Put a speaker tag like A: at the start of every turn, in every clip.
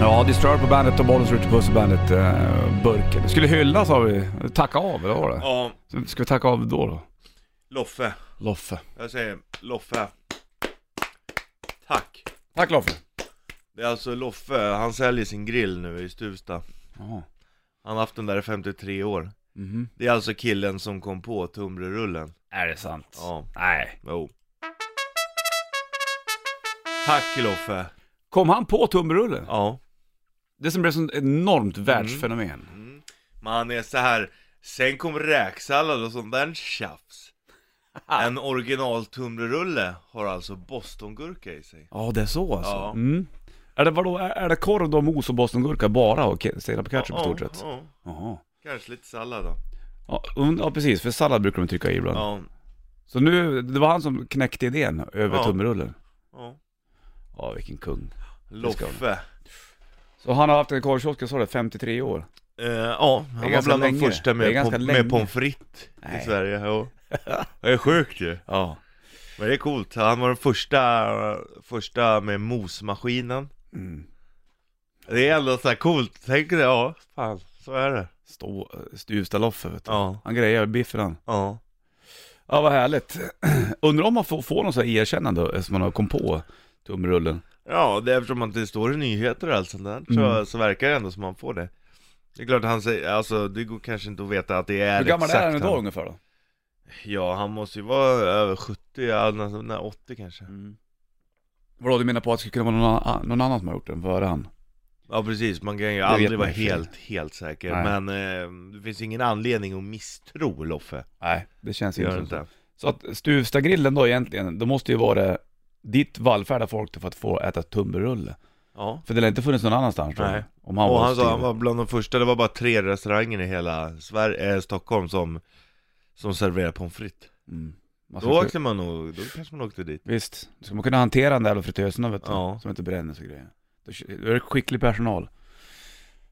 A: Ja, Disturbed på bandet och Bollens Ritchie Puss på bandet, eh, burken. Skulle hylla sa vi, tacka av, eller vad var det?
B: Ja,
A: Ska vi tacka av då då?
B: Loffe.
A: Loffe.
B: Jag säger Loffe. Tack.
A: Tack Loffe.
B: Det är alltså Loffe, han säljer sin grill nu i Stuvsta.
A: Ja.
B: Han har haft den där i 53 år.
A: Mhm.
B: Det är alltså killen som kom på tunnbrödsrullen.
A: Är det sant?
B: Ja,
A: Nej.
B: jo. Tack Loffe.
A: Kom han på tunnbrödsrullen?
B: Ja.
A: Det som blev sånt enormt världsfenomen.
B: Men han är så här. sen kom räksallad och sånt där tjafs. En original tunnbrödsrulle har alltså bostongurka i sig.
A: Ja, det är så alltså.
B: Ja.
A: Mm. Är det vadå, är, är det korv då, mos och bostongurka bara och ke- sirap och ketchup i
B: Ja,
A: stort sett?
B: ja.
A: Jaha.
B: Kanske lite sallad då.
A: Ja, und- ja, precis, för sallad brukar de trycka i ibland.
B: Ja.
A: Så nu, det var han som knäckte idén över
B: Ja.
A: tumrullen.
B: ja.
A: Ja, vilken kung. ska
B: Loffe.
A: Så han har haft en korvkiosk, jag sa det, 53 år.
B: Eh, ja, han var
A: ganska
B: bland
A: länge.
B: de första
A: Det är
B: med,
A: ganska
B: pom-
A: länge.
B: med pommes frites i
A: Nej.
B: Sverige. Ja. Det är sjukt ju.
A: Ja.
B: Men det är coolt. Han var den första, första med mosmaskinen.
A: Mm.
B: Det är ändå så här coolt. Tänk dig, ja, fan, så är det.
A: Stå, Stuvstaloffe vet du.
B: Ja,
A: Han grejar biffen han.
B: ja.
A: Ja, vad härligt. Undrar om man får, får någon sån här erkännande eftersom man har kom på tumrullen.
B: Ja, det är eftersom att det står i nyheter och allt sånt där, så,
A: Mm.
B: så verkar det ändå som man får det. Det är klart han säger, alltså det går kanske inte att veta att det är
A: Hur gammal
B: exakt
A: är han idag ungefär då?
B: Ja, han måste ju vara över 70, ja, nästan nej, 80 kanske.
A: Vadå, du menar på att det skulle kunna vara någon, annan- någon annan som har gjort den före han?
B: Ja precis, man kan ju
A: vet
B: aldrig
A: man
B: vara
A: i och för sig.
B: helt, helt säker.
A: Nej.
B: Men eh, det finns ingen anledning att misstro Loffe.
A: Nej, det känns
B: Det
A: inte
B: gör
A: så.
B: det inte.
A: Så att Stuvstagrillen då egentligen, det måste ju vara ditt vallfärda folk för att få äta tunnbrödsrulle.
B: Ja.
A: För det lär inte funnits någon annanstans tror jag.
B: Nej.
A: Om han
B: och
A: var
B: han sa
A: Steve.
B: han var bland de första, det var bara tre restauranger i hela Sverige, eh, Stockholm som, som serverade pommes frites.
A: Mm. Man ska
B: Då
A: kunna-
B: åkte man nog, då kanske man åkte dit.
A: Visst, ska man kunna hantera den där jävla fritösen vet du.
B: Ja.
A: Som inte bränner sig grejer. Då då är det skicklig personal.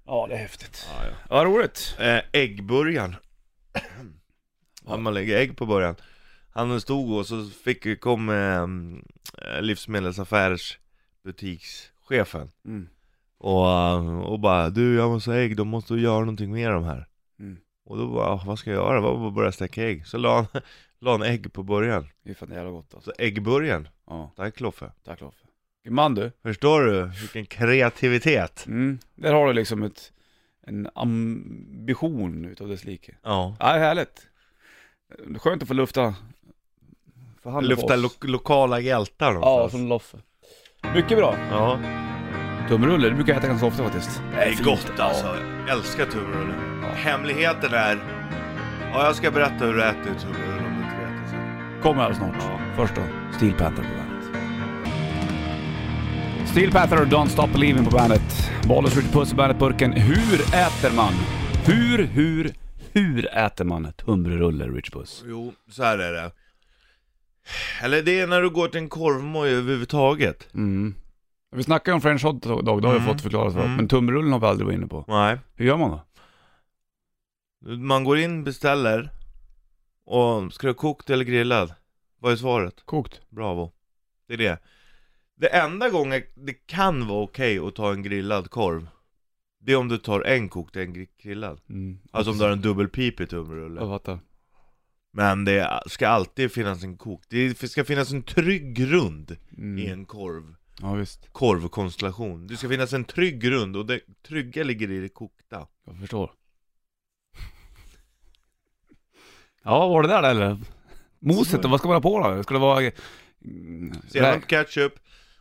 A: Ja, det är häftigt.
B: Ja,
A: Ja, roligt.
B: Eh, äggburgaren. Ja, man lägger ägg på början. Han stod och så fick, kom eh, livsmedelsaffärsbutikschefen.
A: Mm.
B: Och, eh, och bara du jag måste ha ägg, de måste göra någonting med de här
A: Mm.
B: Och då bara, "Ah, vad ska jag göra? Vad bara börja steka ägg? Så la han, la han ägg på början
A: Det är fan jävla gott alltså.
B: Så äggburgaren,
A: Ja,
B: tack Loffe
A: tack Loffe. Vilken man du.
B: Förstår du vilken kreativitet?
A: Mm. Där har du liksom ett, en ambition utav dess like.
B: Ja
A: Ja, det är härligt. Skönt att få lufta. För hand
B: Lufta lo lokala hjältar
A: Ja,
B: någonstans
A: som Loffe. Mycket bra.
B: Ja,
A: Tumrulle, det brukar jag äta ganska ofta faktiskt.
B: det är gott alltså, jag älskar tunnbröd Hemligheten är, ja jag ska berätta hur du äter tunnbröd om du inte vet det sen
A: Kommer alldeles snart. Först då, Steel Panther på bandet. Steel Panther och Don't Stop Believing på bandet. Bollers Ritchie Puss i bandetburken. Hur äter man? Hur, hur, hur äter man tunnbrödsrulle, Ritchie Puss?
B: Jo, så här är det Eller det är när du går till en korvmoj överhuvudtaget
A: Mm. Vi snackade ju om French hot dog, det har jag
B: Mm.
A: fått förklarat för.
B: Mm.
A: Men tunnbrödsrullen har vi aldrig varit inne på.
B: Nej
A: Hur gör man då?
B: Man går in, beställer och ska du ha kokt eller grillad? Vad är svaret?
A: Kokt.
B: Bravo. Det är det. Det enda gången det kan vara okej att ta en grillad korv, det är om du tar en kokt och en gri- grillad.
A: Mm.
B: Alltså om du har en dubbelpipig
A: Jag
B: tunnbrödsrulle.
A: fattar.
B: Men det ska alltid finnas en kokt, det ska finnas en trygg grund i
A: Mm.
B: en korv.
A: Ja visst,
B: Korvkonstellation. Det ska finnas en trygg grund och det trygga ligger i det kokta.
A: jag förstår. Ja, var det där eller? Moset då, vad ska man ha på då? Ska det vara... Mm, rä-
B: Senap, ketchup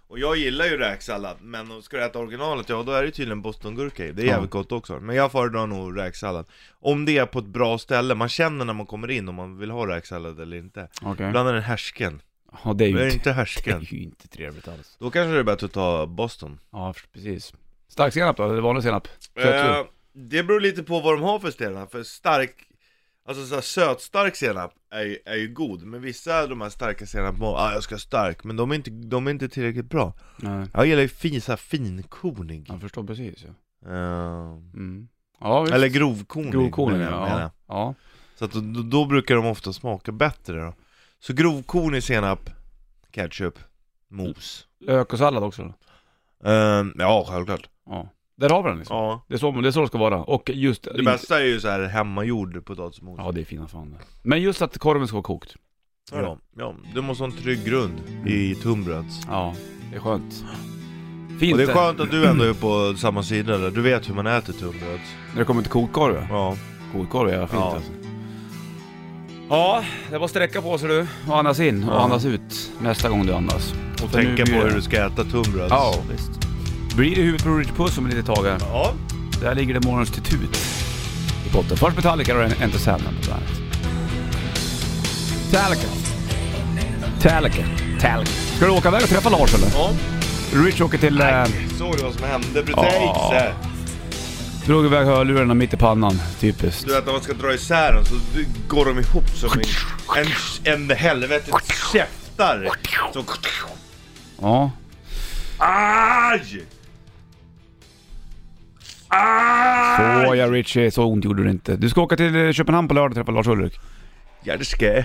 B: Och jag gillar ju räksallad, men om ska du äta originalet, ja då är det tydligen bostongurka i Det är
A: Ja.
B: jävligt gott också, men jag föredrar nog räksallad Om det är på ett bra ställe, man känner när man kommer in om man vill ha räksallad eller inte
A: Okej.
B: Ibland är den härsken,
A: Ja, det är
B: är
A: ju
B: det
A: inte,
B: inte
A: det
B: härsken
A: är ju inte trevligt alls.
B: Då kanske det är bättre att ta boston
A: Ja, för- precis. Stark senap då, eller vanlig senap?
B: eh, Det beror lite på vad de har för senap, för stark Alltså såhär sötstark senap är, ju- är ju god, men vissa av de här starka senap, ah, jag ska ha stark, men de är inte, de är inte tillräckligt bra
A: Nej,
B: Jag gillar ju fin, så här finkornig
A: jag förstår precis ja.
B: Eh,
A: Mm. Ja, visst.
B: Eller grovkornig
A: grovkorn
B: menar jag, menar jag.
A: ja. ja.
B: Så att då, då brukar de ofta smaka bättre då Så grovkornig senap, ketchup, mos
A: Lök och sallad också då?
B: Ehm, Ja, självklart
A: Ja. Där har vi den liksom.
B: Ja.
A: Det, är så, det är så det ska vara. Och just...
B: Det bästa är ju så här hemmagjord potatismos.
A: Ja, det är fina fan det. Men just att korven ska vara kokt.
B: Ja, ja, du måste ha en trygg grund
A: Mm.
B: i tunnbröds.
A: Ja, det är skönt. Fint
B: Och det är skönt att du ändå är på samma sida där, du vet hur man äter tunnbröds.
A: när det kommer till kokkorv. ja.
B: Ja.
A: Kokkorv är jävla fint
B: Ja.
A: alltså. Ja, det var sträcka på sig du och andas in och
B: Ja.
A: andas ut nästa gång du andas.
B: Och
A: För nu
B: tänka på
A: blir det-
B: hur du ska äta tunnbröds.
A: Ja, visst. Blir det huvudet på Rich Puss om ett litet tag här.
B: ja.
A: Där ligger det morgons till tut i botten. Först Metallica och Enter Sandman på bandet. Metallica. Metallica. Metallica. Ska du åka iväg och träffa Lars eller?
B: ja.
A: Rich åker till... Eh,
B: Såg du vad som hände?
A: Ja.
B: Brutejse!
A: drog iväg hörlurarna mitt i pannan. Typiskt.
B: Du vet när man ska dra isär dem så går de ihop som en, en, en helvetets käftar. Så...
A: Ja.
B: Aj! Aj!
A: Åh ja Richie, så ont gjorde det inte. Du ska åka till eh, Köpenhamn på lördag och träffa Lars Ulrik.
B: Ja det ska jag.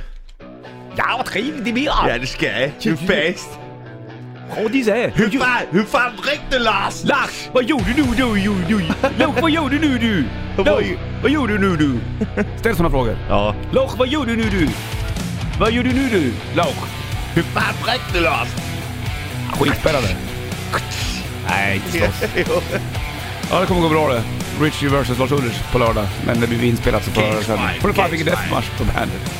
A: Ja, vad trevligt det blir!
B: Ja det ska jag. Hur fest?
A: Och de säger...
B: Hur fan, hur fan drick du Lars?
A: Lars, vad gjorde du nu? du, du? Lars, vad gjorde du nu du?
B: Vad
A: Lars,
B: var-
A: vad gjorde du nu du? Ställ sådana frågor.
B: Ja.
A: Lars, vad gjorde du nu du? Vad gjorde du nu du? Lars.
B: Hur fan drick du Lars?
A: Skitspännande. Nej, inte förstås. Ja, det kommer gå bra det. Richie vs Lars Ulrich på lördag. Men det blir inspelat så får jag höra sen.
B: Gates fight,
A: Får du fan
B: Gates
A: vilken deathmatch på bandet.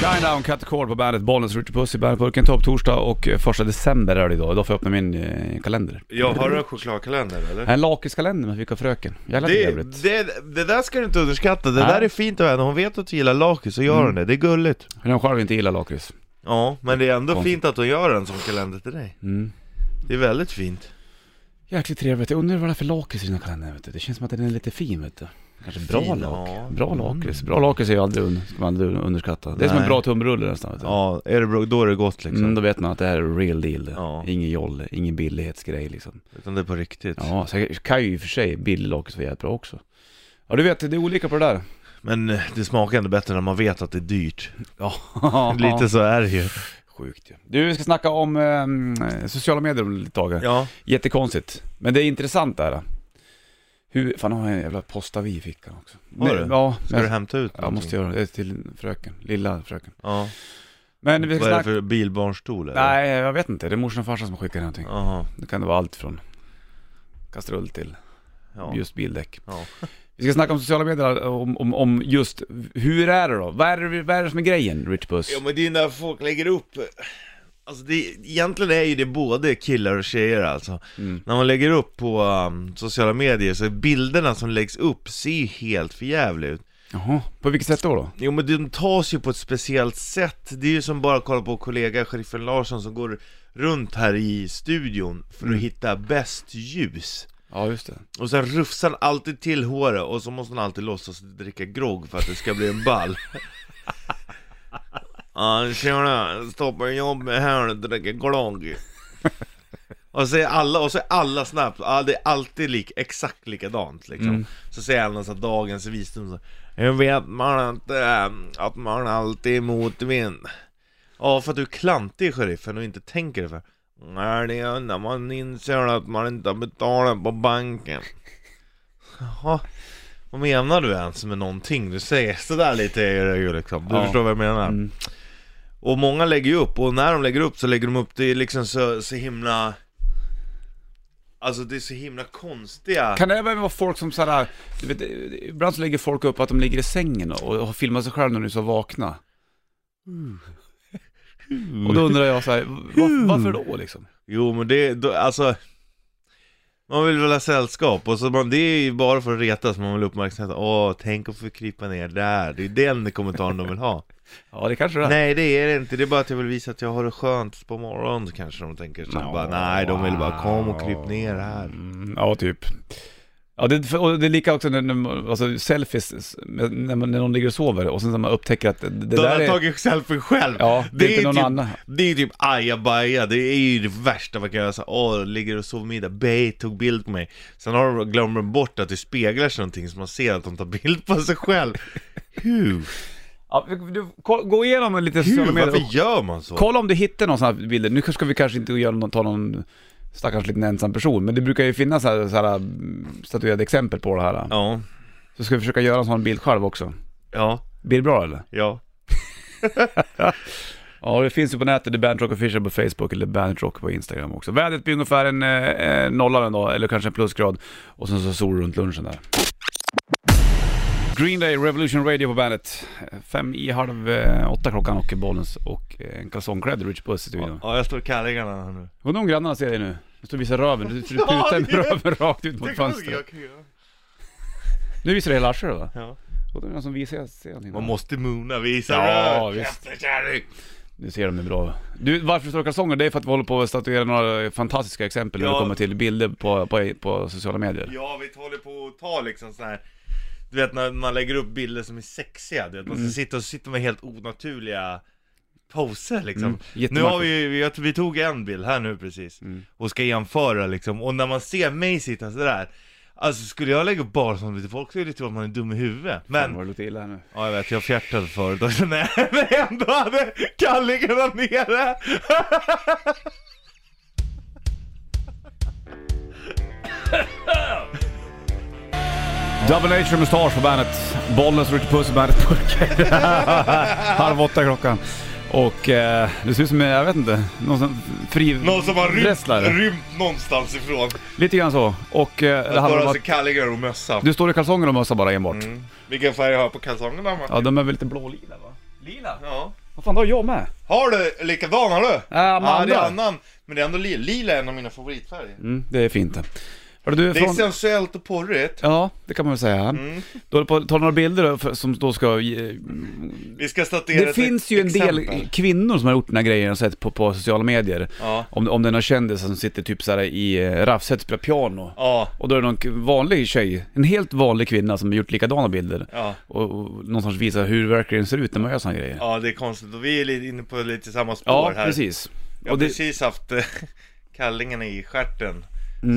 A: Shine down, cut the cord på bandet. Bollnäs, Richie Puss i bandetburken. Topp torsdag och eh, första december är det idag. Idag får jag öppna min eh, kalender.
B: Jag har du en chokladkalender eller?
A: En lakritskalender man fick av fröken. Jävla
B: Det,
A: trevligt.
B: det, det där ska du inte underskatta, det
A: Nej. Mm.
B: där är fint av henne, hon vet att du gillar lakrits så gör hon det, det är gulligt
A: Men hon själv inte gillar lakrits.
B: Ja, men det är ändå
A: Konstigt.
B: fint att hon gör en sån kalender till dig
A: Mm.
B: Det är väldigt fint
A: Jäkligt trevligt. Jag undrar vad det är för lakrits i den här kalendern vet du. Det känns som att den är lite fin vet du. Kanske bra
B: Fin, ja.
A: lak.
B: Mm.
A: Bra lakrits. Bra lakrits är ju aldrig, un- ska man aldrig underskatta. Det är som en
B: Nej.
A: bra tumrulle nästan vet du.
B: Ja, är det bra, då är det gott liksom
A: Mm, då vet man att det här är real deal.
B: Ja.
A: Ingen jolle, ingen billighetsgrej liksom.
B: Utan det är på riktigt
A: Ja, så kan ju i och för sig billig lakrits vara jävligt bra också. Ja du vet, det är olika på det där.
B: Men eh, det smakar ändå bättre när man vet att det är dyrt
A: Ja,
B: Lite så är det ju
A: sjukt ju. Du, vi ska snacka om eh, sociala medier om ett tag. här.
B: Ja,
A: Jättekonstigt. Men det är intressant där. Hur, fan har jag en jävla postavi i fickan också.
B: Har
A: Men-
B: du?
A: Ja,
B: ska du
A: jag,
B: hämta ut
A: jag måste
B: jag
A: göra det. det. är Till fröken, lilla fröken.
B: Ja,
A: Men vi ska
B: vad är det
A: snacka...
B: för bilbarnstol eller?
A: Nej, jag vet inte. Det är morsan och farsan som skickar någonting.
B: Jaha,
A: Det kan det vara allt från kastrull till
B: ja,
A: just bildäck.
B: ja.
A: Vi ska snacka om sociala medier, om, om, om just hur är det då? Vad är det, vad är det som är grejen, Rich Puss?
B: Ja men det är när folk lägger upp Alltså det, egentligen är ju det både killar och tjejer alltså
A: Mm.
B: När man lägger upp på um, sociala medier så bilderna som läggs upp ser ju helt förjävliga ut
A: Jaha, på vilket sätt då? då?
B: Jo men de tas ju på ett speciellt sätt Det är ju som bara att kolla på kollega Sheriffen Larsson som går runt här i studion för att
A: Mm.
B: hitta bäst ljus
A: Ja, just det.
B: och sen rufsar han alltid till håret och så måste han alltid låtsas dricka grogg för att det ska bli en ball Ja, tjena, stoppar jobb här och dricker grogg Och så är alla, och så är alla snabbt, ja, det är alltid lik, exakt likadant liksom
A: Mm.
B: Så säger han någon sån här dagens visdom så Hur vet man att, äh, att man alltid är motvind? Ja, för att du är klantig sheriffen och inte tänker det för Nej, det är när man inser att man inte har betalat på banken Jaha vad menar du ens med någonting? Du säger sådär lite är det ju liksom, du
A: Ja.
B: förstår vad jag menar?
A: Mm.
B: Och många lägger ju upp, och när de lägger upp så lägger de upp det liksom så, så himla... Alltså det är så himla konstiga...
A: Kan det även vara folk som sådär, du vet, ibland så lägger folk upp att de ligger i sängen och och har filmat sig själva när de är så vakna.
B: Mm.
A: Och då undrar jag såhär,
B: Hmm.
A: var, varför då liksom?
B: Jo men det, då, alltså... Man vill väl ha sällskap, och så man, det är ju bara för att retas, man vill ha uppmärksamhet. Åh, tänk att få krypa ner där. Det är den kommentaren de vill ha.
A: Ja, det kanske det är.
B: Nej det är det inte, det är bara att jag vill visa att jag har det skönt på morgonen kanske de tänker. Så
A: Ja.
B: Typ bara, nej, de vill bara kom och kryp ner här.
A: Mm, Ja, typ. Ja, det, och det är lika också när, när alltså, selfies, när, man- när någon ligger och sover och sen så man upptäcker att det, det
B: De
A: där
B: har
A: är...
B: tagit selfien själv!
A: Ja, det är inte
B: ju
A: någon
B: typ,
A: annan.
B: Det är ju typ ajabaja, det är ju det värsta man kan göra såhär, åh, ligger och sover middag, Bey tog bild på mig Sen har de, glömmer de bort att det speglar sig någonting så man ser att de tar bild på sig själv Hur?
A: Ja, du, du, ko- gå igenom lite
B: Hur?
A: sociala medier.
B: Varför gör man så?
A: Kolla om du hittar någon sån här bilder. Nu ska vi kanske inte göra någon, ta någon stackars liten ensam person. Men det brukar ju finnas så här, så här mm, statuerade exempel på det här.
B: Ja,
A: Så ska vi försöka göra en sån bild själv också.
B: ja,
A: Blir det bra eller?
B: ja.
A: Ja, det finns ju på nätet, det är Bandit Rock Official på Facebook eller Bandit Rock på Instagram också. Vädret blir ungefär en eh, eh, nolla då, eller kanske en plusgrad. Och sen så sol runt lunchen där. Green Day Revolution Radio på bandet. Fem i halv eh, åtta klockan och Bollens och eh, en kalsongklädd Rich Puss i studion.
B: Ja, jag står i kallingarna här nu.
A: Undrar om grannarna ser dig nu? Du står och visar röven, du du tutar med
B: Ja, det-
A: röven rakt ut mot
B: Det kan jag-
A: fönstret.
B: jag kan göra.
A: Nu visar du hela arslet va?
B: Ja.
A: Och det är någon som visar, ser någonting. där.
B: Man måste mona visa
A: Ja,
B: röd.
A: visst.
B: Jättekärring.
A: Nu ser de hur bra. Du, varför står det kalsonger? Det är för att vi håller på att statuera några fantastiska exempel när det
B: Ja.
A: kommer till bilder på, på, på sociala medier.
B: Ja, vi håller på att ta liksom så här. Du vet när man lägger upp bilder som är sexiga, du vet,
A: Mm.
B: man ska sitta och sitta med helt onaturliga poser liksom.
A: Mm,
B: Nu
A: jättemärkligt.
B: har vi ju, vi, vi tog en bild här nu precis,
A: Mm.
B: och ska jämföra liksom, och när man ser mig sitta sådär Alltså skulle jag lägga upp bara sånt till folk skulle det tro att man är dum i huvudet
A: Fan
B: Men,
A: vad det låter illa här nu.
B: ja jag vet jag fjärtade förut också, nej men ändå hade kallingarna nere!
A: Double Nature Mustache på bandet. Bollnäs Ritchie Puss på bandet Pulka. Halv åtta klockan. Och eh, det ser ut som, jag vet inte, någon som fri...
B: Någon som har rymt,
A: wrestlare.
B: rymt någonstans ifrån,
A: Lite grann så. Och eh, det
B: står
A: handlar om
B: alltså
A: att
B: kallingar och mössa
A: du står i kalsonger och mössa bara enbart.
B: Mm. Vilken färg har jag på kalsongerna Martin?
A: Ja, de är väl lite blålila va? Lila?
B: Ja.
A: Vad fan, det har jag med.
B: Har du likadan har du?
A: Ja, Amanda.
B: Ja, det är annan, men det är ändå lila, lila är en av mina favoritfärger
A: Mm, det är fint det. Hörru du,
B: Det är sensuellt och porrigt
A: Ja, det kan man väl säga.
B: Mm.
A: Då håller på att ta några bilder då, för, som då ska... ge-
B: Vi ska statuera
A: Det
B: ett
A: finns ju en del
B: exempel.
A: kvinnor som har gjort den här grejen och sett på, på sociala medier.
B: Ja.
A: Om, om det är någon kändis som sitter typ så här i eh, raffset och spelar piano.
B: Ja,
A: Och då är det någon k- vanlig tjej, en helt vanlig kvinna som har gjort likadana bilder.
B: ja,
A: Och, och någonstans visar hur det verkligen ser ut när man gör sådana grejer.
B: ja, det är konstigt och vi är lite inne på lite samma spår
A: Ja,
B: här
A: precis.
B: Jag har
A: Och det,
B: precis haft eh, kallingarna i stjärten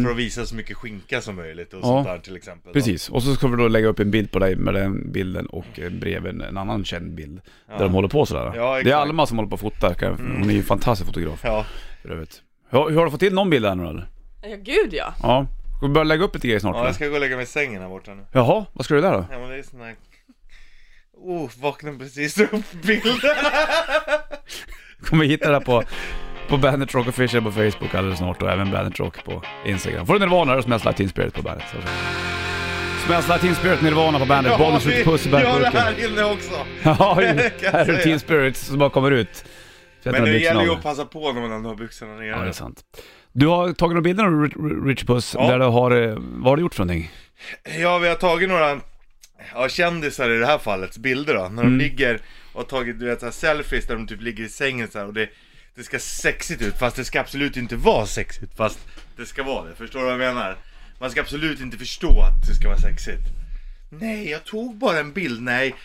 B: för att visa så mycket skinka som möjligt och
A: Mm. Ja.
B: sånt där till exempel
A: precis. Och så ska vi då lägga upp en bild på dig med den bilden och eh, bredvid en- en annan känd bild. Där de håller på sådär.
B: Ja,
A: det är
B: exakt. Mm.
A: Alma som håller på och fotar. kan jag- Hon är ju en fantastisk fotograf.
B: Ja,
A: för övrigt. Hur, hur har du fått till någon bild här nu eller?
C: Ja, gud ja.
A: Ja. Ska vi börja lägga upp lite grejer snart
B: ja
A: eller?
B: jag ska gå och lägga mig i sängen här borta nu
A: Jaha, vad ska du där då?
B: Ja men det är sån här... Oh, vaknade precis upp bilden!
A: Kommer vi hitta det här på, på Bandit Rock Official på Facebook alldeles snart och även Bandit Rock på Instagram. Får du Nirvana och Smells Like Teen Spirit på bandet. Smells Like Teen Spirit, Nirvana på bandet, Bollnäs
B: vi
A: Ritchie Puss i
B: gör det
A: bandburken.
B: här inne också!
A: Ja,
B: jag
A: här är
B: säga.
A: Teen Spirit som bara kommer ut. Sätter
B: Men
A: de
B: det
A: byxorna
B: gäller ju
A: av.
B: att passa på när man ändå har byxorna nere.
A: Ja, det är sant. Du har tagit några bilder av Ri- Ri- Ritchie Puss
B: Ja.
A: där du har, eh, vad har du gjort för någonting?
B: Ja, vi har tagit några ja, kändisar i det här fallet, bilder då, när
A: Mm.
B: de ligger och har tagit du vet, så här selfies där de typ ligger i sängen så här, och det, det ska sexigt ut, fast det ska absolut inte vara sexigt, fast det ska vara det. Förstår du vad jag menar? Man ska absolut inte förstå att det ska vara sexigt. Nej, jag tog bara en bild, nej.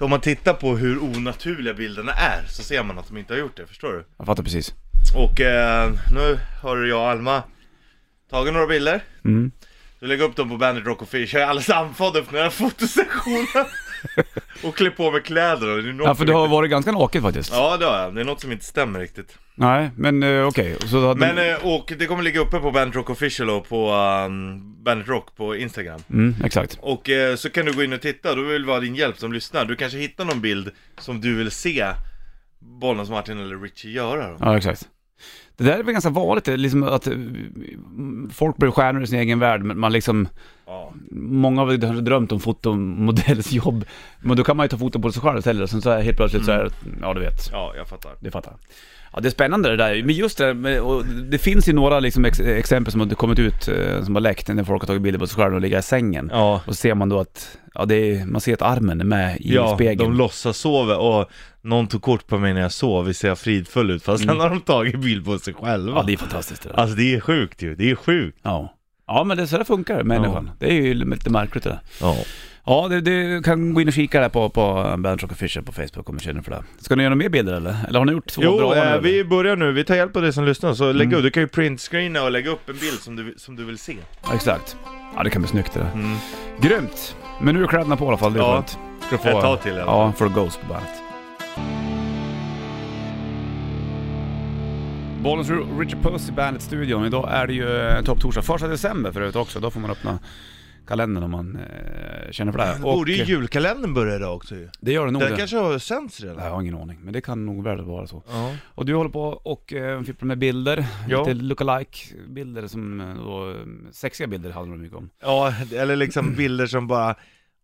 B: Om man tittar på hur onaturliga bilderna är så ser man att de inte har gjort det, förstår du?
A: Jag fattar precis.
B: Och eh, nu har jag och Alma tagit några bilder.
A: Mm.
B: Du lägger upp dem på Bandit Rock och Fish. Jag är alldeles andfådd efter den här fotosessionen. och klär på mig kläder. och Det är något
A: Ja, för
B: som
A: du har
B: inte...
A: varit ganska naken faktiskt.
B: ja, det har jag. Det är något som inte stämmer riktigt.
A: Nej, men eh, okej. Så hade
B: Men,
A: du...
B: eh, och det kommer ligga uppe på Bandit Rock Official och på um, Bandit Rock på Instagram.
A: Mm, exakt.
B: Och eh, så kan du gå in och titta, då vill vi ha din hjälp som lyssnar. Du kanske hittar någon bild som du vill se Bollnäs Martin eller Richie göra då.
A: Ja, exakt. Det där är väl ganska vanligt, det är liksom att eh, folk blir stjärnor i sin egen värld, men man liksom,
B: Ja.
A: många har väl kanske drömt om fotomodellsjobb, men då kan man ju ta foton på sig själv istället, och sen så här helt plötsligt så
B: Mm.
A: här, ja du vet,
B: ja, jag fattar.
A: det fattar jag. Ja, det är spännande det där, men just det där med- och det finns ju några liksom ex- exempel som har kommit ut, eh, som har läckt, när folk har tagit bilder på sig själva och ligger i sängen.
B: Ja.
A: Och så ser man då att, ja det är, man ser att armen är med i
B: Ja,
A: spegeln.
B: de låtsas sova och någon tog kort på mig när jag sov, vi ser fridfull ut fast sen har de tagit bild på sig själva
A: Mm. ja, det är fantastiskt det där.
B: Alltså det är sjukt ju, det är sjukt
A: Ja. Ja men det, så där funkar människan. Det är ju lite märkligt det där.
B: Ja,
A: Ja, du, du kan gå in och kika där på, på Bandit Rock Official på Facebook om du känner för det. Ska ni göra några mer bilder eller? Eller har ni gjort två bra
B: Jo,
A: nu,
B: eh,
A: eller?
B: vi börjar nu, vi tar hjälp av dig som lyssnar så lägg
A: Mm.
B: upp, du kan ju printscreena och lägga upp en bild som du, som du vill se
A: Ja, exakt. Ja, det kan bli snyggt det där. Grymt! Men nu är kläderna på i alla fall, det är
B: Ja.
A: skönt. Ska du få...
B: Ett tag till, i alla
A: Ja,
B: fall.
A: för Ghost på bandet. Bollens Richard Puss i Bandet-studion. Idag är det ju eh, topptorsdag. Första december förut också. Då får man öppna kalendern om man eh, känner för det. här.
B: Det borde ju
A: Och, eh,
B: julkalendern börja idag också ju.
A: Det gör det nog.
B: Den
A: Det.
B: kanske har sänts redan?
A: Jag har ingen aning, men det kan nog väl vara så.
B: Ja.
A: Och du håller på och eh, fipplar med bilder,
B: Ja.
A: lite lookalike bilder som eh, då, eh, sexiga bilder handlar det mycket om.
B: ja, eller liksom bilder som bara,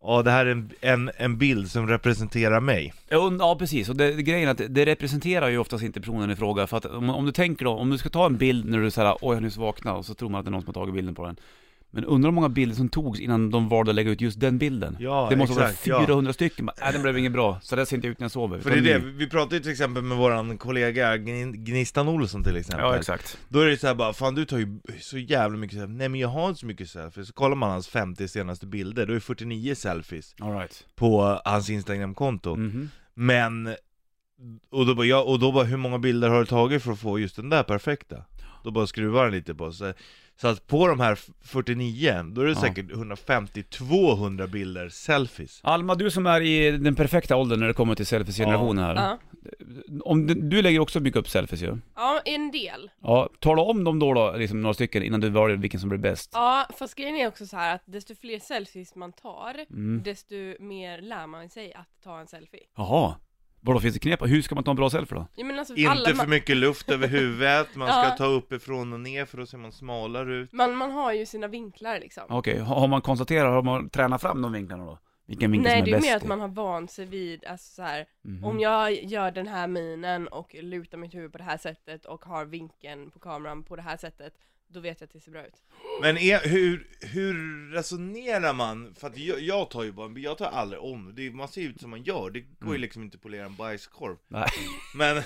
B: ja det här är en, en, en bild som representerar mig.
A: Ja, und- ja precis, och det, det, grejen är att det representerar ju oftast inte personen i fråga för att om, om du tänker då, om du ska ta en bild när du säger oj jag har nyss vaknat och så tror man att det är någon som har tagit bilden på den. Men undrar hur många bilder som togs innan de valde att lägga ut just den bilden.
B: Ja,
A: det måste
B: exakt,
A: vara
B: ja.
A: 400 stycken, bara, nej den blev ingen bra, så där ser inte jag ut när jag sover.
B: För det är det, vi pratade ju till exempel med våran kollega Gn- Gnistan Olsson till exempel.
A: Ja exakt.
B: Då är det så här bara, fan du tar ju så jävla mycket selfies. Nej men jag har inte så mycket selfies. Så kollar man hans 50 senaste bilder, då är 49 selfies
A: All right.
B: på hans Instagram-konto.
A: Mhm.
B: Men, och då, bara, ja, och då bara hur många bilder har du tagit för att få just den där perfekta? Då bara skruvar han lite på sig. Så att på de här f- 49, då är det
A: Ja.
B: säkert 150-200 bilder selfies.
A: Alma, du som är i den perfekta åldern när det kommer till selfies-generationen här.
C: Ja.
A: Om, du- du lägger också mycket upp selfies ju.
C: ja, en del.
A: Ja, tala om dem då, då liksom några stycken innan du väljer vilken som blir bäst.
C: Ja, fast grejen är också så här att desto fler selfies man
A: Mm.
C: tar, desto mer lär man sig att ta en selfie.
A: Jaha, vadå finns det knep? Hur ska man ta en bra selfie då?
C: Jag menar, alltså, alla,
B: Inte för
C: man,
B: mycket luft över huvudet, man ska
C: Ja.
B: ta uppifrån och ner för då ser man smalare ut.
C: man, man har ju sina vinklar liksom.
A: Ah, Okej, har har man konstaterat, har man tränat fram de vinklarna då? Vilken vinkel
C: Nej,
A: som
C: det
A: är Mm.
C: är
A: bäst? Mhm.
C: mer att
A: i?
C: man har vant sig vid, alltså så här, om jag gör den här minen och lutar mitt huvud på det här sättet och har vinkeln på kameran på det här sättet, då vet jag att det ser bra ut.
B: Men är, hur, hur resonerar man? För att jag, jag tar ju bara, jag tar aldrig om, det är, man ser ut som man gör, det går ju liksom inte att polera en bajskorv.
A: Nej.
B: Men,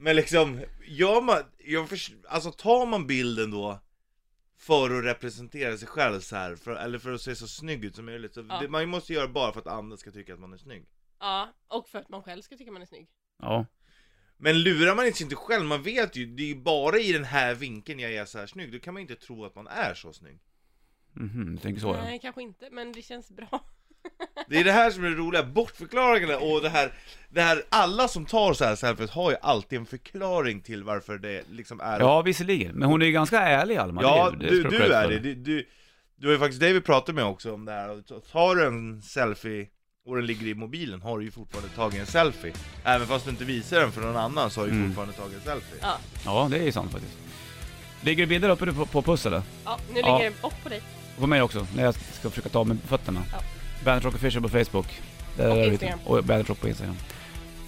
B: men liksom, gör man, jag förs- alltså tar man bilden då för att representera sig själv så här, för, eller för att se så snygg ut som möjligt. Så
C: Ja.
B: det, man måste göra bara för att andra ska tycka att man är snygg.
C: Ja, och för att man själv ska tycka man är snygg.
A: Ja,
B: Men lurar man inte sig inte själv, man vet ju, det är ju bara i den här vinkeln jag är så här snygg, då kan man ju inte tro att man är så snygg.
A: mhm, du tänker så ja.
C: Nej, kanske inte, men det känns bra.
B: Det är det här som är det roliga, bortförklaringarna och det här, det här alla som tar så här selfies har ju alltid en förklaring till varför det liksom är
A: Ja, visserligen. Men hon är ju ganska ärlig Alma.
B: Ja,
A: det,
B: du,
A: ska
B: du
A: cred
B: är
A: för.
B: det. Du, du, du har ju faktiskt det vi pratade med också om det här. Tar du en selfie och den ligger i mobilen har du ju fortfarande tagit en selfie. Även fast du inte visar den för någon annan så har du ju
A: Mm.
B: fortfarande tagit en selfie.
C: Ja,
A: Ja, det är ju sant faktiskt. Ligger det bilder uppe på, på puss eller?
C: ja nu
A: Ja.
C: ligger det upp på dig.
A: På mig också, när jag ska försöka ta med fötterna.
C: Ja.
A: Bandet Rock Official på Facebook. Där
C: Och
A: är vi.
C: Instagram.
A: Och Bandet Rock på Instagram.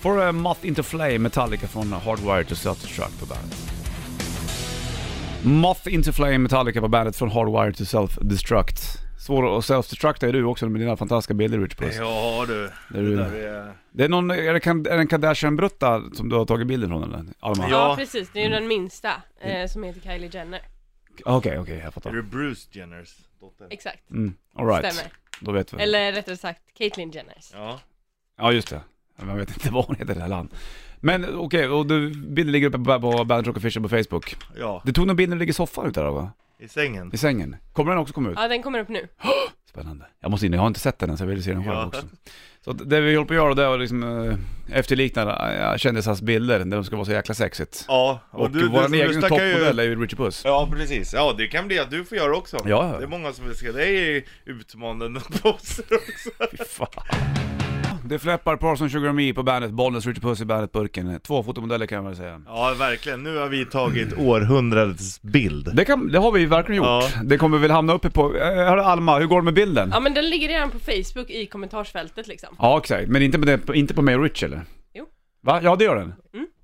A: For a Moth Into Flame, Metallica från Hardwired to Self-Destruct på bandet. Moth Into Flame, Metallica på bandet från Hardwired to Self-Destruct. Svår att self-destructa är du också med dina fantastiska bilder Rich Puss.
B: Ja du,
A: Där du-
B: det där är...
A: Det är någon, är det, kan- är det en Kardashian-brutta som du har tagit bilden från eller? Alma?
B: Ja.
C: Ja, precis. Det är ju
A: Mm.
C: den minsta eh, som heter Kylie Jenner.
A: Okej, okej, jag
B: Är
A: fattar.
B: det Bruce Jenners dotter?
C: Exakt.
A: Mm, alright.
C: Stämmer.
A: Då vet vi.
C: Eller rättare sagt, Caitlyn Jenners.
B: Ja.
A: Ja just det. Man vet inte vad hon heter i det här land. Men okej, och du, bilden ligger uppe på, på Bandit Rock Official på Facebook.
B: Ja,
A: Du tog någon bild när du ligger i soffan ute där va?
B: i sängen.
A: I sängen. Kommer den också komma ut?
C: Ja, den kommer upp nu.
A: Spännande. Jag måste in, jag har inte sett den än så jag vill se den själv
B: Ja.
A: också. Så att det vi håller på att göra det är att liksom, eh, efterlikna eh, kändisars bilder där de ska vara så jäkla sexigt.
B: Ja,
A: Och,
B: och du,
A: vår
B: du, du
A: egen
B: stackar
A: toppmodell
B: ju...
A: är ju Richie Puss.
B: Ja precis, ja det kan bli att du får göra också.
A: Ja, ja.
B: Det är många som vill se dig i utmanande poser också.
A: Fy fan. Det fläppar Parson Sugar Me på bandet, Bollnäs, Richie Puss i bandetburken. Två fotomodeller kan jag väl säga.
B: Ja verkligen, nu har vi tagit århundradets bild.
A: Det, kan, det har vi ju verkligen gjort.
B: Ja.
A: Det kommer vi väl hamna uppe på... Eh, Hörru Alma, hur går det med bilden?
C: Ja, men den ligger redan på Facebook i kommentarsfältet liksom.
A: Ja, exakt. Men inte på, det, inte på mig och Rich eller?
C: Jo. Mm.
A: Va? Ja, det gör den.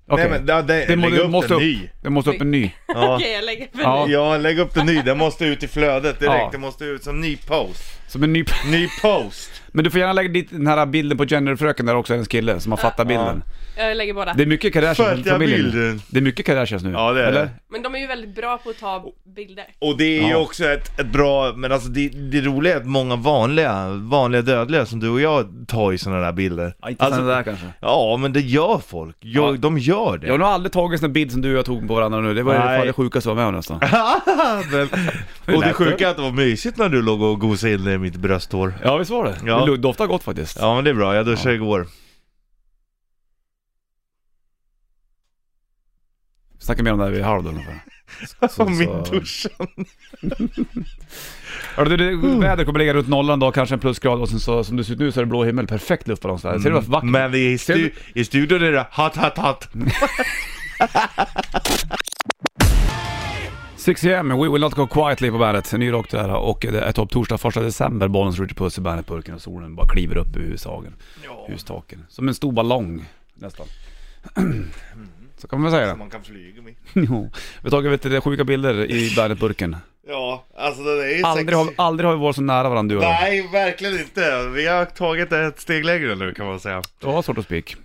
A: Okej.
B: Nej men det, det,
A: Det må-
B: lägg
A: det
B: upp
A: måste
B: en
A: upp.
B: ny.
A: Det måste upp en ny.
B: Ja.
C: Okej, jag lägger upp en
A: Ja.
C: ja.
B: ja, lägg upp den ny. Den måste ut i flödet direkt.
A: Ja.
B: Den måste ut som ny post.
A: Som en ny...
B: Ny post!
A: Men du får gärna lägga dit den här bilden på genderfröken där också, hennes kille som har fattat bilden.
C: Jag lägger båda.
A: Det är mycket Kardashians
B: Fattar
A: familjen.
B: bilden.
A: Det är mycket Kardashians nu.
B: Ja, det är
A: eller?
B: det.
C: Men de är ju väldigt bra på att ta
A: Oh.
C: bilder.
B: Och det är ju
A: Ja.
B: också ett, ett bra, men alltså det, det roliga är att många vanliga, vanliga dödliga som du och jag tar ju sådana där bilder.
A: Ja, inte
B: alltså,
A: såna där kanske.
B: ja, men det gör folk. Jag,
A: Ja.
B: De gör
A: Jag har
B: det.
A: nog aldrig tagit en sån bild som du och jag tog på varandra nu. Det var ju
B: Nej.
A: fan det sjukaste jag var med om nästan.
B: men, och det sjuka är att det var mysigt när du låg och gosade in i mitt brösthår.
A: Ja, visst var det?
B: Ja.
A: Det doftar gott faktiskt.
B: Ja men det är bra, jag duschade igår.
A: Snacka mer om det här vid halv då ungefär.
B: Som i
A: så-
B: duschen.
A: Hörru, du, det, vädret kommer ligga runt nollan då, kanske en plusgrad och sen så som det ser ut nu så är det blå himmel, perfekt luftballong så här. Ser du vad vackert?
B: Men vi är i, stu- i studion är det hot, hot, hot.
A: Six am, We Will Not Go Quietly på bandet. Ny rock det här och det är topp torsdag 1 december. Bollens Ritchie Puss i bandetburken och solen bara kliver upp i hushagen. Hustaken. Som en stor ballong nästan. Mm. Så kan man väl säga det.
B: Man kan flyga med.
A: Jo. Vi har tagit vet, du, sjuka bilder i bandetburken.
B: Ja, alltså det är ju
A: Aldrig har,
B: sexy.
A: aldrig har vi varit så nära varandra du och jag.
B: Nej, verkligen inte. Vi har tagit det ett steg längre nu kan man säga.
A: Ja, sort of speak.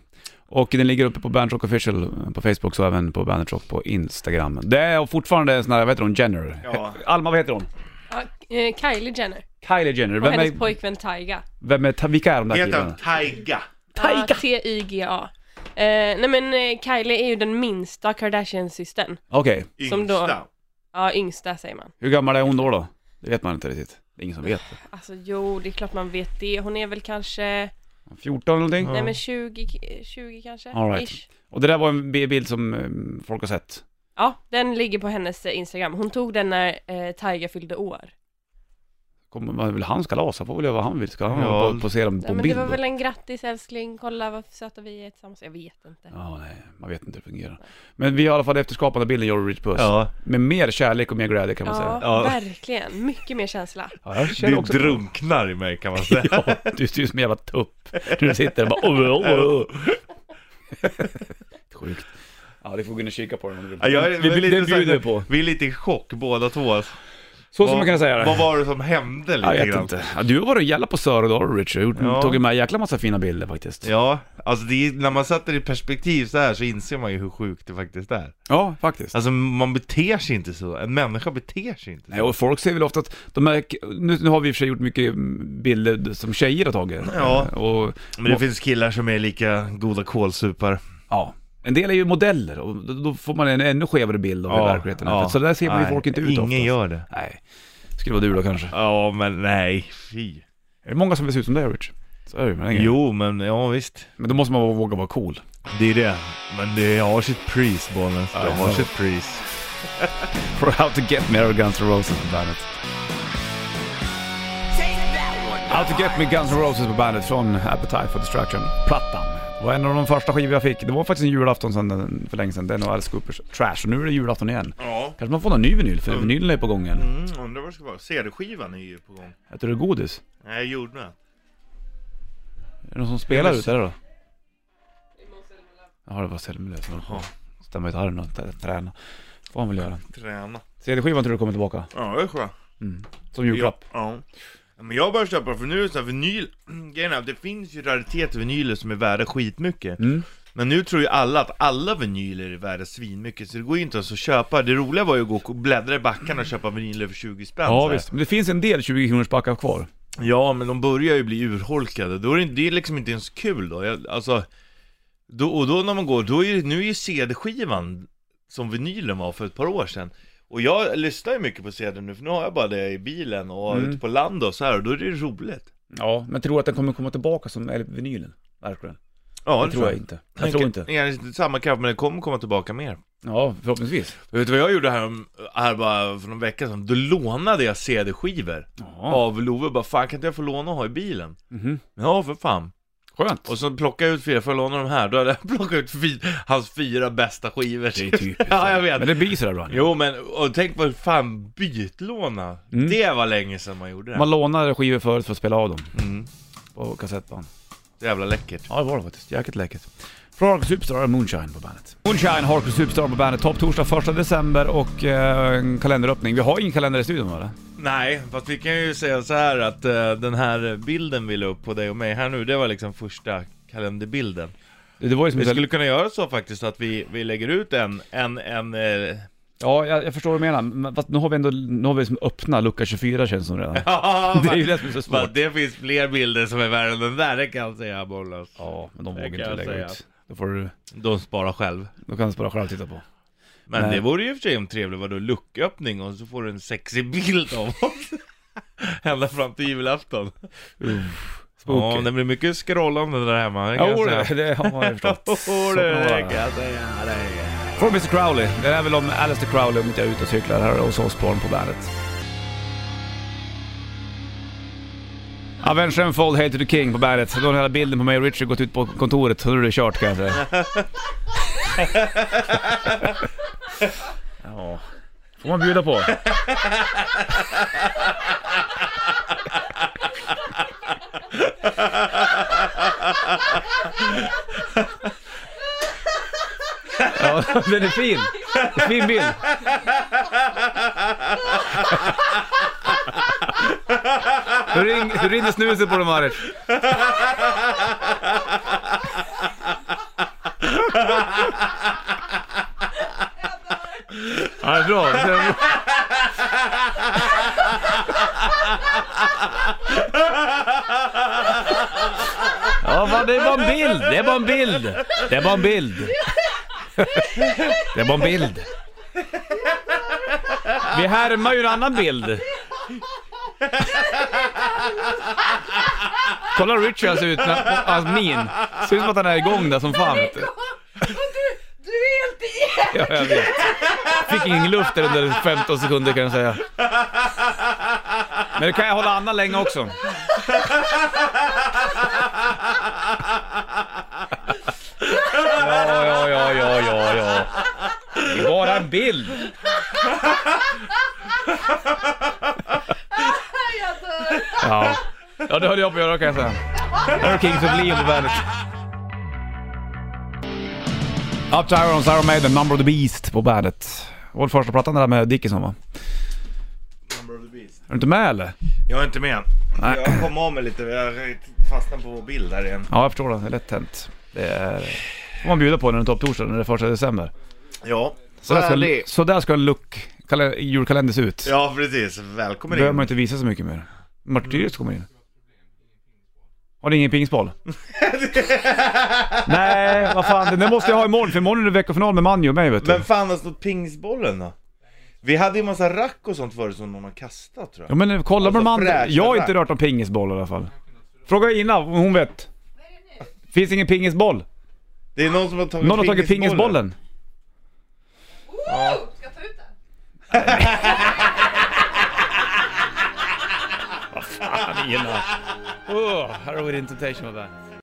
A: Och den ligger uppe på Bandit Rock Official eh, på Facebook, så även på Bandit Rock på Instagram. Det är fortfarande en sån här, vad heter hon, Jenner?
B: Ja.
A: Alma, vad heter hon?
C: Ja, eh, Kylie Jenner
A: Kylie Jenner.
C: och
A: Vem
C: hennes
A: är,
C: pojkvän Tyga.
A: vem är, vilka är de där
B: Heter han
A: killarna?
B: Taiga?
C: Ja, T-I-G-A. Eh, nej men eh, Kylie är ju den minsta Kardashian-systern.
A: Okej,
C: Som då-
B: Yngsta.
C: Ja, yngsta säger man.
A: hur gammal är hon då då? Det vet man inte riktigt. Det är ingen som vet.
C: Alltså jo, det är klart man vet det. Hon är väl kanske,
A: 14 eller någonting?
C: nej men 20, k- 20 kanske?
A: All right.
C: Ish.
A: Och det där var en bi- bild som eh, folk har sett.
C: Ja, den ligger på hennes eh, Instagram. Hon tog den när eh, Tyga fyllde år.
A: Kommer man väl hans kalas, han får väl göra vad han vill. Ska han
B: Ja.
A: ja. posera dem på
C: Ja, men det
A: bild
C: var
A: då?
C: väl en grattis älskling, kolla vad söta vi är tillsammans. Jag vet inte.
A: Ja, nej, man vet inte hur det fungerar. Men vi har i alla fall efterskapande bilden, jag och Rich Puss.
B: Ja,
A: Med mer kärlek och mer glädje kan man säga.
C: Ja,
B: Ja.
C: verkligen. Mycket mer känsla.
A: Ja, jag
B: du
A: känner också
B: drunknar i mig kan man säga.
A: Ja, du ser ut som en jävla tupp. Du sitter och bara... Oh, oh, oh. Sjukt. Ja, det får gå in och kika på den om du vill.
B: Ja, jag är
A: vi, vi,
B: lite
A: det
B: så här-
A: bjuder vi på.
B: Vi är lite i chock båda två.
A: Så som man kan säga det.
B: Vad var det som hände lite
A: Ja, jag vet
B: grann?
A: inte. Ja, du har varit och gällat på Söder idag Richard. Gjort-
B: Ja.
A: Tagit med en jäkla massa fina bilder faktiskt. Ja,
B: Ja, alltså det är, när man sätter det i perspektiv så här så inser man ju hur sjukt det faktiskt är.
A: faktiskt.
B: Alltså man beter sig inte så, en människa beter sig inte så.
A: Nej, och folk ser väl ofta att de här, nu, nu har vi i och för sig gjort mycket mm, bilder som tjejer har tagit.
B: Ja.
A: Och,
B: Men det finns killar som är lika goda kålsupar.
A: ja. En del är ju modeller och då- då får man en ännu skevare bild av hur verkligheten är. För Så där ser man ju
B: Nej,
A: folk inte ut
B: Ingen
A: oftast.
B: gör det.
A: Nej. Skulle vara du då kanske.
B: Ja men nej, fy.
A: Är det många som vill se ut som dig Rich? Så är det ju, men det är ingen-
B: Jo men ja visst.
A: Men då måste man våga vara cool.
B: Det är det. Men det har sitt pris Bollnäs. Det
A: Ja,
B: har
A: ja.
B: sitt pris.
A: For how to get me av Guns N' Roses på bandet. How to get me Guns N' Roses på bandet från Appetite for Destruction. Plattan. Det var en av de första skivor jag fick. Det var faktiskt en julafton sedan, för länge sedan. Det är nog Alice Coopers Trash. Och nu är det julafton igen.
B: Ja.
A: Kanske man får någon ny vinyl, för vinylen är på gång igen.
B: Mm, undrar vad det ska vara. CD-skivan är ju på gång.
A: Äter du godis?
B: Nej, jordnöt.
A: Är det någon som spelar
B: men-
A: ute där då? Jaha, det var Selma som höll på att stämma gitarren och t- träna. får han väl göra.
B: Träna.
A: CD-skivan tror du kommer tillbaka?
B: Ja, det är skönt.
A: Mm. Som julklapp?
B: Ja. Ja, Men jag börjar köpa för nu är det så här, vinyl, grejen är att det finns ju rariteter vinyler som är värda skitmycket
A: Mm.
B: Men nu tror ju alla att alla vinyler är värda svinmycket så det går ju inte ens att köpa Det roliga var ju att gå och bläddra i backarna och köpa vinyler för 20 spänn så
A: Ja
B: här.
A: visst, men det finns en del 20 kronors backar kvar.
B: Ja men de börjar ju bli urholkade, då är det, det är liksom inte ens kul då jag, Alltså då, Och då när man går, då är det, nu är ju CD-skivan som vinylen var för ett par år sedan Och jag lyssnar ju mycket på CD nu för nu har jag bara det i bilen och
A: Mm.
B: ute på land och så här och då är det ju roligt
A: Ja, men tror du att den kommer komma tillbaka som eller vinylen? Verkligen.
B: Ja,
A: Det, tror jag inte. Jag tror inte.
B: Ja, det är samma kraft, men det kommer komma tillbaka mer.
A: Ja, förhoppningsvis.
B: Vet du vad jag gjorde här, om- här bara för någon vecka sedan? Då lånade jag CD-skivor
A: Ja.
B: av Love. Bara, fan kan inte jag få låna och ha i bilen?
A: Mhm.
B: Ja, för fan.
A: Skönt.
B: Och så plockade jag ut fyra, får jag låna de här? Då hade jag plockat ut fy, hans fyra bästa skivor.
A: Det är typiskt.
B: ja, jag
A: Men
B: vet.
A: det blir sådär ibland.
B: Jo, men och tänk på fan bytlåna.
A: Mm.
B: Det var länge sedan man gjorde det.
A: Man lånade skivor förut för att spela av dem
B: Mm.
A: på kassettband.
B: Jävla läckert.
A: Ja, det var det faktiskt. Jäkligt läckert. Från Harkus Superstar och Moonshine på bandet. Moonshine, Harkus Superstar på bandet. Topp torsdag 1 december och eh, en kalenderöppning. Vi har ingen kalender i studion va?
B: Nej, fast vi kan ju säga så här att eh, den här bilden vi la upp på dig och mig här nu, det var liksom första kalenderbilden.
A: Det det var ju som
B: Vi
A: ett-
B: skulle kunna göra så faktiskt att vi, vi lägger ut en, en, en... eh,
A: Ja, jag, jag förstår vad du menar. Men, fast nu har vi ändå, nu har vi liksom öppna lucka 24 känns som redan. Det är ju det som är så
B: Va,
A: svårt.
B: det finns fler bilder som är värre än den där, det kan jag säga Bollnäs.
A: Ja, men de
B: Det
A: vågar
B: kan
A: inte
B: jag
A: lägga
B: säga.
A: ut. Då får du,
B: De sparar själv.
A: då kan du bara själv titta på.
B: Men
A: Nej.
B: det vore ju i och för sig en trevlig, vadå, lucköppning och så får du en sexig bild av oss. Ända fram till julafton.
A: Spooky.
B: Ja, det blir mycket scrollande där hemma, det kan
A: Ja,
B: jag
A: det,
B: säga.
A: det har man ju förstått.
B: Jo,
A: Så kan det
B: det det
A: vara.
B: kan jag säga dig.
A: Från Mr Crowley. Det är väl om Alistair Crowley om inte jag är ute och cyklar här hos Osborn på bandet. Avenge Sevenfold, Hated the King på bandet. Då har hela bilden på mig och Richard gått ut på kontoret. Då är det kört kan jag säga. ja. Får man bjuda på. Ja, den är fin. Det är en Fin bild. Hur, ring, hur rinner snuset på dem Marit? Ja, det är bra. Det är bra. Ja, fan, det är bara en bild. Det är bara en bild. Det är bara en bild. Det är bara en bild. Vi härmar ju en annan bild. Kolla Richards ut, hans min. Ser ut som att han är igång där som fan. vet du.
D: Du är helt i
A: Ja, jag vet. Fick ingen luft där under 15 sekunder kan jag säga. Men det kan jag hålla andan länge också. Ja, ja, ja, ja, ja, ja. Det är bara en bild.
D: jag dör!
A: Ja, ja det höll jag på att göra kan jag säga. Här är Kings of Leon på bandet. Up to Irons, Iron Maiden, Number of the Beast på bandet. Vår första plattan där med Dickinson va?
B: Number of the beast.
A: Är du inte med eller?
B: Jag är inte med.
A: Nej.
B: Jag kom av mig lite, jag fastnade på bild där igen.
A: Ja, jag förstår det. Det är lätt hänt. Det är... får man bjuda på när det är topptorsdag, när det är första december.
B: Ja,
A: Så där ska,
B: Härlig.
A: så där ska en look, kal- julkalender se ut.
B: Ja precis, välkommen
A: behöver man
B: in.
A: inte visa så mycket mer. Martyrius kommer in. Har ni ingen pingisboll? Nej, vad fan. Den där måste jag ha imorgon, för imorgon är det veckofinal med Manjo och mig vet du.
B: Men fan har stått pingsbollen då? Vi hade ju massa rack och sånt förut som någon har kastat tror
A: Ja
B: jag.
A: men kolla på de
B: Alltså,
A: andra.
B: fräscha
A: Jag har inte
B: rack.
A: rört någon pingisboll i alla fall. Fråga Ina, om hon vet. Finns ingen pingisboll?
B: Det är någon som har tagit
A: Någon har tagit pingisbollen.
D: Woo! Ska jag ta ut den?
A: Ina. Oh, Heroin Temptation var där.